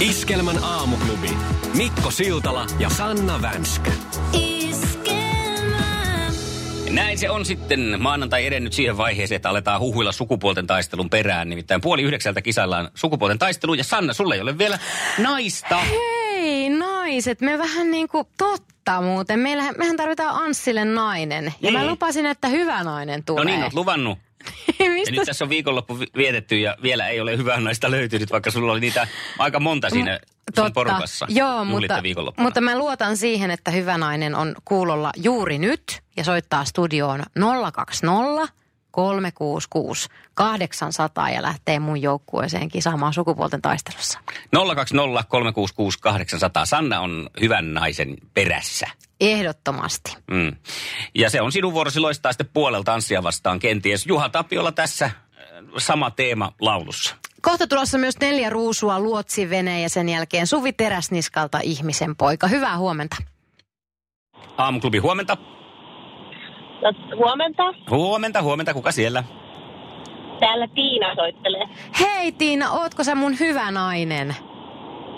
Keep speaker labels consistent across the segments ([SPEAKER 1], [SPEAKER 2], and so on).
[SPEAKER 1] Iskelmän aamuklubi. Mikko Siltala ja Sanna Vänskä.
[SPEAKER 2] Iskelmä.
[SPEAKER 3] Näin se on sitten maanantai edennyt siihen vaiheeseen, että aletaan huhuilla sukupuolten taistelun perään. Nimittäin puoli yhdeksältä kisaillaan sukupuolten taistelu. Ja Sanna, sulle ei ole vielä naista.
[SPEAKER 4] Hei naiset, me vähän niinku totta muuten. Meillähän, mehän tarvitaan Anssille nainen. Ja mä
[SPEAKER 3] Niin.
[SPEAKER 4] lupasin, että hyvä nainen tulee.
[SPEAKER 3] No niin, oot luvannut. Ja nyt
[SPEAKER 4] Mistä
[SPEAKER 3] tässä on viikonloppu vi- vietetty ja vielä ei ole hyvää naista löytynyt, vaikka sulla oli niitä aika monta siinä sun porukassa.
[SPEAKER 4] Joo,
[SPEAKER 3] Juhlitte
[SPEAKER 4] mutta,
[SPEAKER 3] viikonloppuna.
[SPEAKER 4] mutta mä luotan siihen, että hyvä nainen on kuulolla juuri nyt ja soittaa studioon 020 366 800 ja lähtee mun joukkueeseen kisaamaan sukupuolten taistelussa.
[SPEAKER 3] 020366800. Sanna on hyvän naisen perässä.
[SPEAKER 4] Ehdottomasti.
[SPEAKER 3] Mm. Ja se on sinun vuorosi loistaa sitten puolelta tanssia vastaan kenties. Juha Tapiola tässä äh, sama teema laulussa.
[SPEAKER 4] Kohta tulossa myös neljä ruusua luotsivene ja sen jälkeen Suvi Teräsniskalta ihmisen poika. Hyvää huomenta.
[SPEAKER 3] Aamuklubi huomenta.
[SPEAKER 5] No, huomenta.
[SPEAKER 3] Huomenta, huomenta. Kuka siellä?
[SPEAKER 5] Täällä Tiina soittelee.
[SPEAKER 4] Hei Tiina, ootko sä mun hyvä nainen?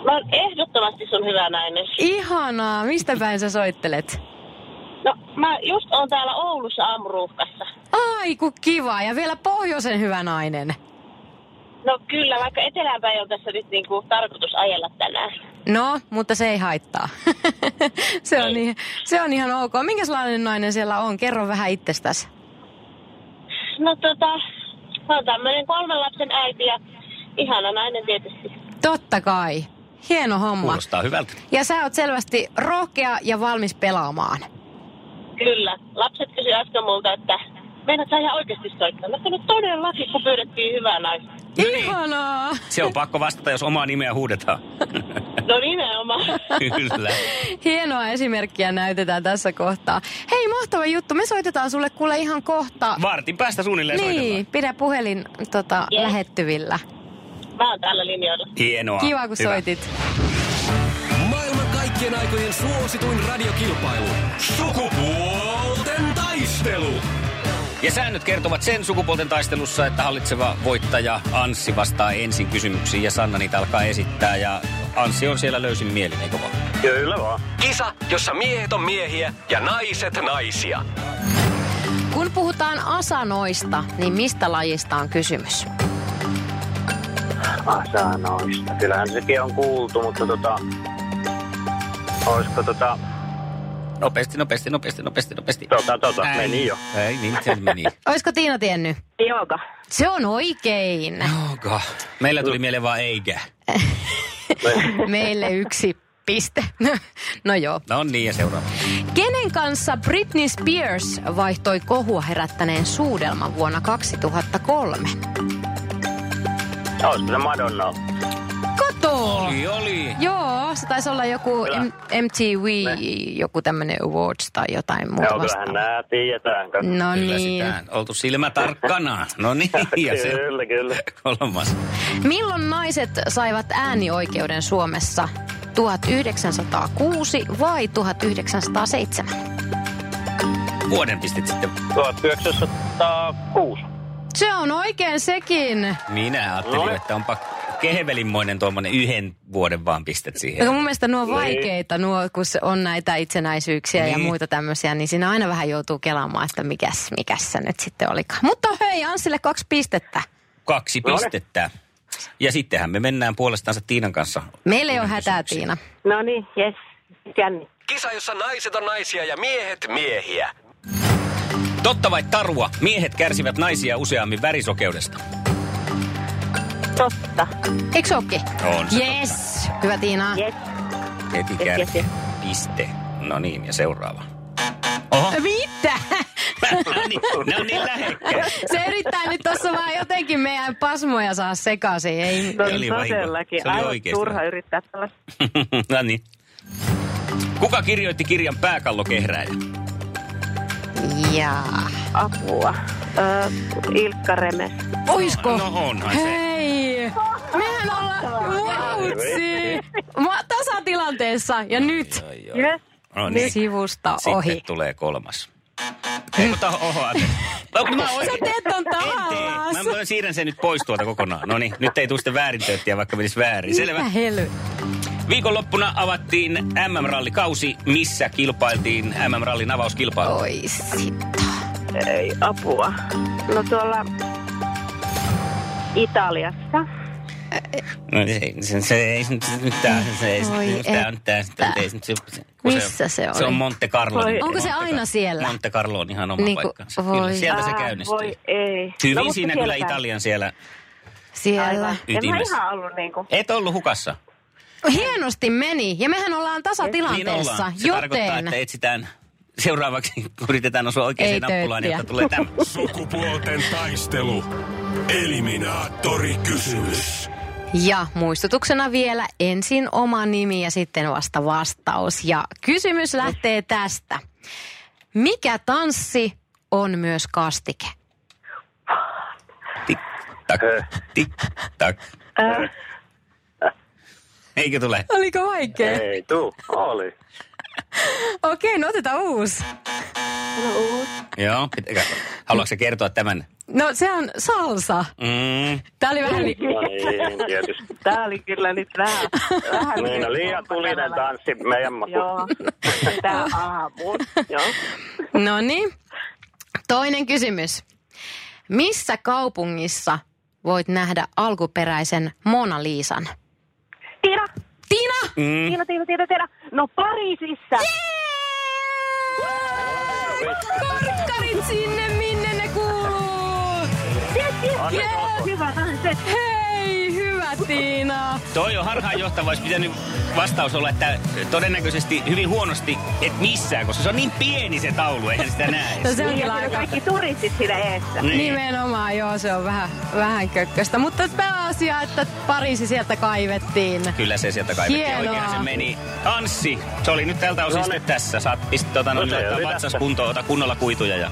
[SPEAKER 5] Mä oon ehdottomasti sun hyvä nainen.
[SPEAKER 4] Ihanaa, mistä päin sä soittelet?
[SPEAKER 5] No, mä just oon täällä Oulussa aamuruuhkassa.
[SPEAKER 4] Ai ku kiva ja vielä pohjoisen hyvä nainen.
[SPEAKER 5] No kyllä, vaikka eteläänpäin on tässä nyt niinku tarkoitus ajella tänään.
[SPEAKER 4] No, mutta se ei haittaa. se, on,
[SPEAKER 5] Ei.
[SPEAKER 4] ihan- se on ihan ok. Minkälainen nainen siellä on? Kerro vähän itsestäsi.
[SPEAKER 5] No tota, mä oon tämmönen kolmen lapsen äiti ja ihana nainen tietysti.
[SPEAKER 4] Totta kai. Hieno homma.
[SPEAKER 3] Kuulostaa hyvältä.
[SPEAKER 4] Ja sä oot selvästi rohkea ja valmis pelaamaan.
[SPEAKER 5] Kyllä. Lapset kysyi äsken multa, että meinaat sä ihan oikeasti soittaa. Mä sanoin, no todellakin, kun pyydettiin hyvää naista.
[SPEAKER 3] niin.
[SPEAKER 4] Ihanaa!
[SPEAKER 3] Se on pakko vastata, jos omaa nimeä huudetaan.
[SPEAKER 5] No nimenomaan.
[SPEAKER 3] Kyllä.
[SPEAKER 4] Hienoa esimerkkiä näytetään tässä kohtaa. Hei, mahtava juttu. Me soitetaan sulle kuule ihan kohta.
[SPEAKER 3] Vartin päästä suunnilleen soitellaan.
[SPEAKER 4] niin, pidä puhelin tota,
[SPEAKER 5] Yes.
[SPEAKER 4] lähettyvillä.
[SPEAKER 5] Mä oon täällä linjoilla.
[SPEAKER 3] Hienoa.
[SPEAKER 4] Kiva, kun
[SPEAKER 3] Hyvä.
[SPEAKER 4] soitit.
[SPEAKER 1] Maailman kaikkien aikojen suosituin radiokilpailu. Sukupuolten taistelu.
[SPEAKER 3] Ja säännöt kertovat sen sukupuolten taistelussa, että hallitseva voittaja Anssi vastaa ensin kysymyksiin ja Sanna niitä alkaa esittää. Ja Anssi on siellä löysin mielin, eikö vaan?
[SPEAKER 6] Kyllä vaan.
[SPEAKER 1] Kisa, jossa miehet on miehiä ja naiset naisia.
[SPEAKER 4] Kun puhutaan asanoista, niin mistä lajista on kysymys?
[SPEAKER 6] Asanoista. Kyllähän sekin on kuultu, mutta tota... Olisiko tota...
[SPEAKER 3] Nopeasti, nopeasti, nopeasti, nopeasti, nopeasti.
[SPEAKER 6] Tota, tota,
[SPEAKER 3] Ai,
[SPEAKER 6] meni jo.
[SPEAKER 3] Ei niin, se meni.
[SPEAKER 4] Oisko Tiina tiennyt?
[SPEAKER 5] Joka.
[SPEAKER 4] Se on oikein.
[SPEAKER 3] Onko? Meillä tuli mieleen vaan eikä.
[SPEAKER 4] Meille yksi piste. No joo.
[SPEAKER 3] No niin, ja seuraava.
[SPEAKER 4] Kenen kanssa Britney Spears vaihtoi kohua herättäneen suudelman vuonna 2003?
[SPEAKER 6] Olisiko se Madonna?
[SPEAKER 4] Kato!
[SPEAKER 3] Oli, oli.
[SPEAKER 4] Joo, se taisi olla joku
[SPEAKER 6] Kyllä.
[SPEAKER 4] M- MTV, joku tämmönen awards tai jotain muuta
[SPEAKER 6] Joo, kyllähän
[SPEAKER 4] vastaavaa.
[SPEAKER 6] nää tiedetään. kato.
[SPEAKER 4] No
[SPEAKER 3] Kyllä
[SPEAKER 4] niin.
[SPEAKER 3] sitä. Oltu silmä tarkkana. No niin, ja se
[SPEAKER 6] Kyllä, kyllä.
[SPEAKER 3] kolmas.
[SPEAKER 4] Milloin naiset saivat äänioikeuden Suomessa? 1906 vai 1907?
[SPEAKER 3] Vuoden pistit sitten.
[SPEAKER 6] 1906.
[SPEAKER 4] Se on oikein sekin.
[SPEAKER 3] Minä ajattelin,
[SPEAKER 6] No.
[SPEAKER 3] että onpa kehevelinmoinen tuommoinen yhden vuoden vaan pistet siihen.
[SPEAKER 4] Ja mun mielestä nuo
[SPEAKER 6] Niin.
[SPEAKER 4] on vaikeita, nuo, kun se on näitä itsenäisyyksiä ja
[SPEAKER 3] Niin.
[SPEAKER 4] muita tämmöisiä, niin siinä aina vähän joutuu kelaamaan, että mikäs, mikäs se nyt sitten olikaan. Mutta hei, Anssille kaksi pistettä.
[SPEAKER 3] Kaksi
[SPEAKER 6] No ne.
[SPEAKER 3] pistettä. Ja sittenhän me mennään puolestansa Tiinan kanssa.
[SPEAKER 4] Meillä ei ole hätää, Tiina.
[SPEAKER 5] No niin, jes. Jänni.
[SPEAKER 1] Kisa, jossa naiset on naisia ja miehet miehiä.
[SPEAKER 3] Totta vai tarua, miehet kärsivät naisia useammin värisokeudesta.
[SPEAKER 5] Totta.
[SPEAKER 4] Eikö se ookin?
[SPEAKER 3] On se
[SPEAKER 4] Yes. Hyvä Tiina.
[SPEAKER 5] Jes.
[SPEAKER 3] Heti
[SPEAKER 5] Yes, yes,
[SPEAKER 3] kärki.
[SPEAKER 5] yes.
[SPEAKER 3] Piste. No niin, ja seuraava. Oho,
[SPEAKER 4] Mitä?
[SPEAKER 3] niin, ne on niin lähekkäin.
[SPEAKER 4] Se yrittää nyt tuossa vaan jotenkin meidän pasmoja saa sekaisin. Ei,
[SPEAKER 5] Se
[SPEAKER 3] Se
[SPEAKER 5] oli
[SPEAKER 3] oli vahinko.
[SPEAKER 5] todellakin.
[SPEAKER 3] Se oli
[SPEAKER 5] Aivan
[SPEAKER 3] oikeesti
[SPEAKER 5] turha
[SPEAKER 3] vahinko.
[SPEAKER 5] yrittää tällaista.
[SPEAKER 3] no niin. Kuka kirjoitti kirjan Pääkallokehräjä?
[SPEAKER 4] jaa.
[SPEAKER 5] Apua. Ö, Ilkka Remes.
[SPEAKER 4] Oisko?
[SPEAKER 3] No onhan se.
[SPEAKER 4] Hei! Mehän ollaan vautsi! Mä tasatilanteessa ja nyt
[SPEAKER 5] Yes.
[SPEAKER 3] No niin.
[SPEAKER 4] sivusta
[SPEAKER 3] Sitten
[SPEAKER 4] ohi.
[SPEAKER 3] tulee kolmas. Eikö tää oho, anteeksi. No, kun mä
[SPEAKER 4] Sä
[SPEAKER 3] oikein-
[SPEAKER 4] teet ton
[SPEAKER 3] En tee.
[SPEAKER 4] tahallaan.
[SPEAKER 3] Mä, mä siirrän sen nyt pois tuolta kokonaan. No niin, nyt ei tule sitten väärintöittiä, vaikka menisi väärin. Selvä.
[SPEAKER 4] Mitä hely?
[SPEAKER 3] Viikonloppuna avattiin MM-rallikausi, missä kilpailtiin MM-rallin avauskilpailu.
[SPEAKER 4] Oi sit.
[SPEAKER 5] Ei, apua. No tuolla Italiassa.
[SPEAKER 3] No ei, se, se ei se nyt nyt tää, se ei se
[SPEAKER 4] Oi
[SPEAKER 3] nyt tää, nyt tää,
[SPEAKER 4] että.
[SPEAKER 3] tää, ei se nyt se, se, kun
[SPEAKER 4] Missä se
[SPEAKER 3] Se on
[SPEAKER 4] oli?
[SPEAKER 3] Monte Carlo.
[SPEAKER 5] Voi-
[SPEAKER 4] Onko se
[SPEAKER 3] Monte
[SPEAKER 4] aina
[SPEAKER 3] Car-
[SPEAKER 4] siellä?
[SPEAKER 3] Monte Carlo on ihan oma
[SPEAKER 4] Niin
[SPEAKER 3] niin
[SPEAKER 4] kun-
[SPEAKER 3] paikkansa.
[SPEAKER 4] voi.
[SPEAKER 3] Kyllä, sieltä se
[SPEAKER 5] Ää,
[SPEAKER 3] käynnistyy.
[SPEAKER 5] Voi ei. No,
[SPEAKER 4] No,
[SPEAKER 3] Hyvin siinä
[SPEAKER 5] mutta siellä
[SPEAKER 3] kyllä
[SPEAKER 5] pääsi.
[SPEAKER 3] Italian siellä
[SPEAKER 4] Siellä.
[SPEAKER 5] Aivan. En mä
[SPEAKER 3] ytimessä.
[SPEAKER 5] ihan ollut niinku.
[SPEAKER 3] Et ollut hukassa.
[SPEAKER 4] Hienosti meni ja mehän ollaan
[SPEAKER 3] niin
[SPEAKER 4] tasatilanteessa,
[SPEAKER 3] ollaan. Se tarkoittaa,
[SPEAKER 4] joten
[SPEAKER 3] että etsitään seuraavaksi, yritetään osua
[SPEAKER 4] Ei
[SPEAKER 3] oikeaan nappulaan,
[SPEAKER 4] töyttiä.
[SPEAKER 3] jotta tulee tämä.
[SPEAKER 1] Sukupuolten taistelu. Eliminaattori kysymys.
[SPEAKER 4] Ja muistutuksena vielä ensin oma nimi ja sitten vasta vastaus. Ja kysymys lähtee tästä. Mikä tanssi on myös kastike?
[SPEAKER 3] Tik, tak, tik, tak.
[SPEAKER 5] Äh,
[SPEAKER 3] Eikö tule?
[SPEAKER 4] Oliko vaikea?
[SPEAKER 6] Ei tuu, oli.
[SPEAKER 4] Okei, no otetaan uusi.
[SPEAKER 3] Joo, pitäkää. Haluatko sä kertoa tämän?
[SPEAKER 4] No se on salsa.
[SPEAKER 3] Mm.
[SPEAKER 4] Tää oli vähän niin...
[SPEAKER 6] No niin, tietysti.
[SPEAKER 5] Tää oli kyllä nyt vähän. vähän
[SPEAKER 6] Niin, no
[SPEAKER 5] niinku-
[SPEAKER 6] liian tulinen tanssi meidän maku.
[SPEAKER 5] Joo. Tää aamu. Joo.
[SPEAKER 4] No niin. Toinen kysymys. Missä kaupungissa voit nähdä alkuperäisen Mona Liisan?
[SPEAKER 5] Tiina,
[SPEAKER 4] Tina!
[SPEAKER 3] Mm.
[SPEAKER 5] Tiina, Tiina, Tiina, Tiina. No Pariisissa.
[SPEAKER 4] Korkkarit sinne, minne ne kuuluu! Yes!
[SPEAKER 5] Hyvä tanssi.
[SPEAKER 4] Hei, hyvä Tiina!
[SPEAKER 3] Toi on harhaanjohtava, olisi pitänyt vastaus olla, että todennäköisesti hyvin huonosti et missään, koska se on niin pieni se taulu, eihän sitä näe.
[SPEAKER 4] No se niin on
[SPEAKER 5] Ja
[SPEAKER 4] kyllä
[SPEAKER 5] siellä
[SPEAKER 4] aika...
[SPEAKER 5] kaikki turistit siinä eessä.
[SPEAKER 3] Niin.
[SPEAKER 4] Nimenomaan, joo, se on vähän, vähän kökköstä. Mutta pääasia, että Pariisi sieltä kaivettiin.
[SPEAKER 3] Kyllä se sieltä kaivettiin.
[SPEAKER 4] Hienoa.
[SPEAKER 3] Oikein se meni. Anssi, se oli nyt tältä osin
[SPEAKER 6] No
[SPEAKER 3] sitten tässä. Saat pistää tota, no,
[SPEAKER 6] No se oli
[SPEAKER 3] vatsas
[SPEAKER 6] tässä.
[SPEAKER 3] kuntoon, ota kunnolla kuituja. Ja...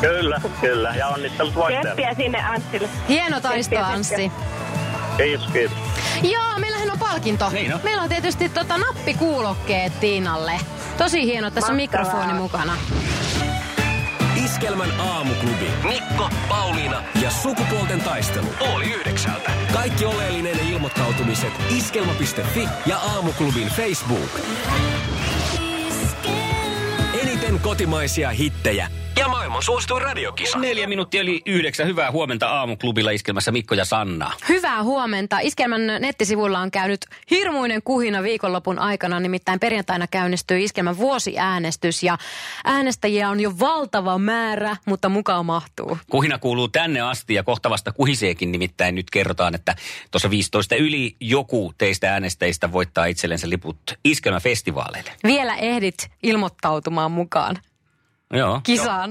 [SPEAKER 6] Kyllä, kyllä. Ja onnittelut voittajalle.
[SPEAKER 5] Keppiä sinne Anssille.
[SPEAKER 4] Hieno taisto, Anssi.
[SPEAKER 6] Kiitos, kiitos.
[SPEAKER 4] Joo, meillähän on palkinto.
[SPEAKER 3] Niin on.
[SPEAKER 4] Meillä on tietysti tota, nappikuulokkeet Tiinalle. Tosi hieno, tässä on
[SPEAKER 5] Mahtavaa.
[SPEAKER 4] mikrofoni mukana.
[SPEAKER 1] Iskelmän aamuklubi. Mikko, Pauliina ja sukupuolten taistelu. Oli yhdeksältä. Kaikki oleellinen ilmoittautumiset iskelma.fi ja aamuklubin Facebook. Eniten kotimaisia hittejä ja maailman suosituin radiokisa.
[SPEAKER 3] Neljä minuuttia eli yhdeksän. Hyvää huomenta aamuklubilla iskelmässä Mikko ja Sanna.
[SPEAKER 4] Hyvää huomenta. Iskelmän nettisivuilla on käynyt hirmuinen kuhina viikonlopun aikana, nimittäin perjantaina käynnistyy Iskelmän vuosiäänestys ja äänestäjiä on jo valtava määrä, mutta mukaan mahtuu.
[SPEAKER 3] Kuhina kuuluu tänne asti ja kohta vasta kuhiseekin nimittäin nyt kerrotaan, että tuossa 15 yli joku teistä äänestäjistä voittaa itsellensä liput iskelmäfestivaaleille.
[SPEAKER 4] Vielä ehdit ilmoittautumaan mukaan
[SPEAKER 3] Joo.
[SPEAKER 4] kisaan.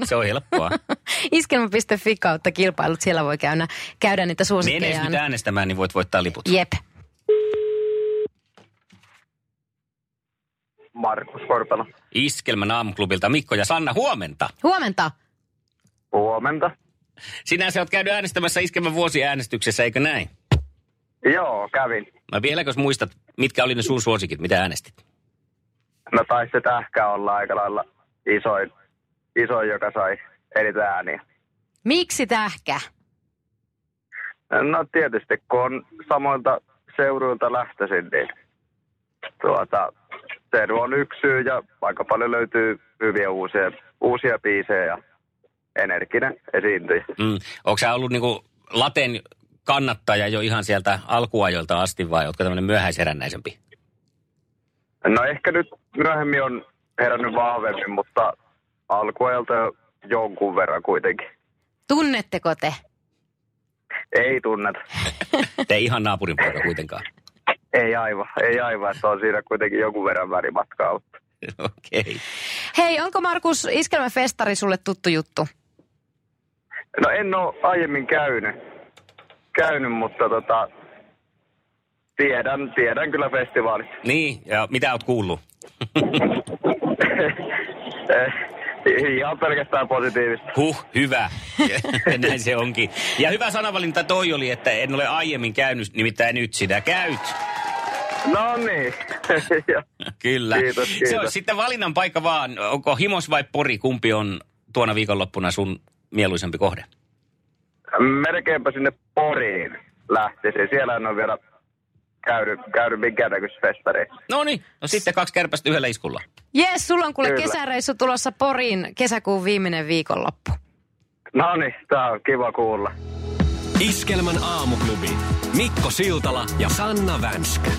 [SPEAKER 3] Se on, se on helppoa.
[SPEAKER 4] Iskelma.fi kautta kilpailut, siellä voi käydä, käydä niitä
[SPEAKER 3] Mene edes
[SPEAKER 4] suosikkejaan.
[SPEAKER 3] nyt äänestämään, niin voit voittaa liput.
[SPEAKER 4] Jep.
[SPEAKER 6] Markus Korpela.
[SPEAKER 3] Iskelmän aamuklubilta Mikko ja Sanna, huomenta.
[SPEAKER 4] Huomenta.
[SPEAKER 6] Huomenta.
[SPEAKER 3] Sinä sä oot käynyt äänestämässä Iskelmän vuosiäänestyksessä, eikö näin?
[SPEAKER 6] Joo, kävin.
[SPEAKER 3] Mä vieläkös muistat, mitkä oli ne sun suosikit, mitä äänestit?
[SPEAKER 6] No taisi se tähkä olla aika lailla isoin, isoin joka sai eniten ääniä.
[SPEAKER 4] Miksi tähkä?
[SPEAKER 6] No tietysti, kun on samoilta seuduilta lähtöisin, niin tuota, se on yksi syy ja aika paljon löytyy hyviä uusia, uusia biisejä ja energinen esiintyjä.
[SPEAKER 3] Mm. Onko sä ollut niinku laten kannattaja jo ihan sieltä alkuajoilta asti vai ootko tämmöinen myöhäisherännäisempi?
[SPEAKER 6] No ehkä nyt myöhemmin on herännyt vahvemmin, mutta alkuajalta jo jonkun verran kuitenkin.
[SPEAKER 4] Tunnetteko te?
[SPEAKER 6] Ei tunneta.
[SPEAKER 3] Te ei ihan naapurin poika kuitenkaan.
[SPEAKER 6] Ei aivan, ei aivan, että on siinä kuitenkin jonkun verran välimatkaa. mutta
[SPEAKER 3] Okei. Okay.
[SPEAKER 4] Hei, onko Markus Iskelmäfestari sulle tuttu juttu?
[SPEAKER 6] No en ole aiemmin käynyt, käynyt mutta tota, tiedän, tiedän kyllä festivaalit.
[SPEAKER 3] Niin, ja mitä oot kuullut?
[SPEAKER 6] Eh, Ihan pelkästään positiivista.
[SPEAKER 3] Huh, hyvä. Ja Näin se onkin. Ja hyvä sanavalinta toi oli, että en ole aiemmin käynyt, nimittäin nyt sitä käyt.
[SPEAKER 6] No niin. Ja
[SPEAKER 3] Kyllä.
[SPEAKER 6] Kiitos, kiitos.
[SPEAKER 3] Se on sitten valinnan paikka vaan, onko himos vai pori, kumpi on tuona viikonloppuna sun mieluisempi kohde?
[SPEAKER 6] Melkeinpä sinne Poriin lähtisin. Siellä en ole vielä käynyt, käynyt minkään näköisissä festareissa.
[SPEAKER 3] No niin, no sitten kaksi kärpästä yhdellä iskulla.
[SPEAKER 4] Jees, sulla on kuule
[SPEAKER 6] Kyllä.
[SPEAKER 4] kesäreissu tulossa Poriin kesäkuun viimeinen viikonloppu.
[SPEAKER 6] No niin, tää on kiva kuulla.
[SPEAKER 1] Iskelmän aamuklubi. Mikko Siltala ja Sanna Vänskä.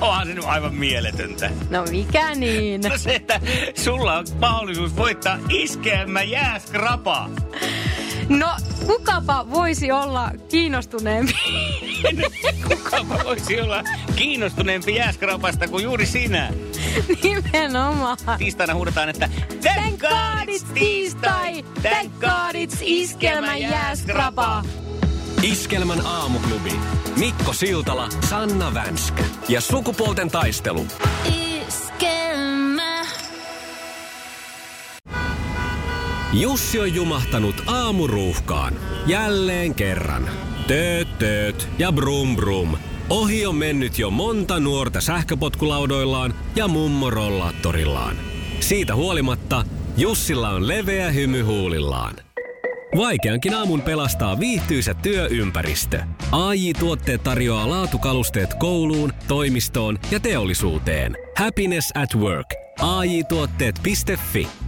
[SPEAKER 3] Onhan se nyt aivan mieletöntä.
[SPEAKER 4] No mikä niin?
[SPEAKER 3] No se, että sulla on mahdollisuus voittaa iskeämä jääskrapa.
[SPEAKER 4] No kukapa voisi olla kiinnostuneempi?
[SPEAKER 3] Kukapa voisi olla kiinnostuneempi jääskrapasta kuin juuri sinä.
[SPEAKER 4] Nimenomaan.
[SPEAKER 3] Tiistaina huudetaan, että
[SPEAKER 4] Thank God it's tiistai! Thank God it's iskelmä jääskrapa!
[SPEAKER 1] Iskelmän aamuklubi. Mikko Siltala, Sanna Vänskä ja sukupuolten taistelu.
[SPEAKER 2] Iskelmä.
[SPEAKER 1] Jussi on jumahtanut aamuruuhkaan. Jälleen kerran. Tööt, tööt ja brum brum. Ohi on mennyt jo monta nuorta sähköpotkulaudoillaan ja mummorollaattorillaan. Siitä huolimatta Jussilla on leveä hymy huulillaan. Vaikeankin aamun pelastaa viihtyisä työympäristö. AI Tuotteet tarjoaa laatukalusteet kouluun, toimistoon ja teollisuuteen. Happiness at work. AJ-tuotteet.fi.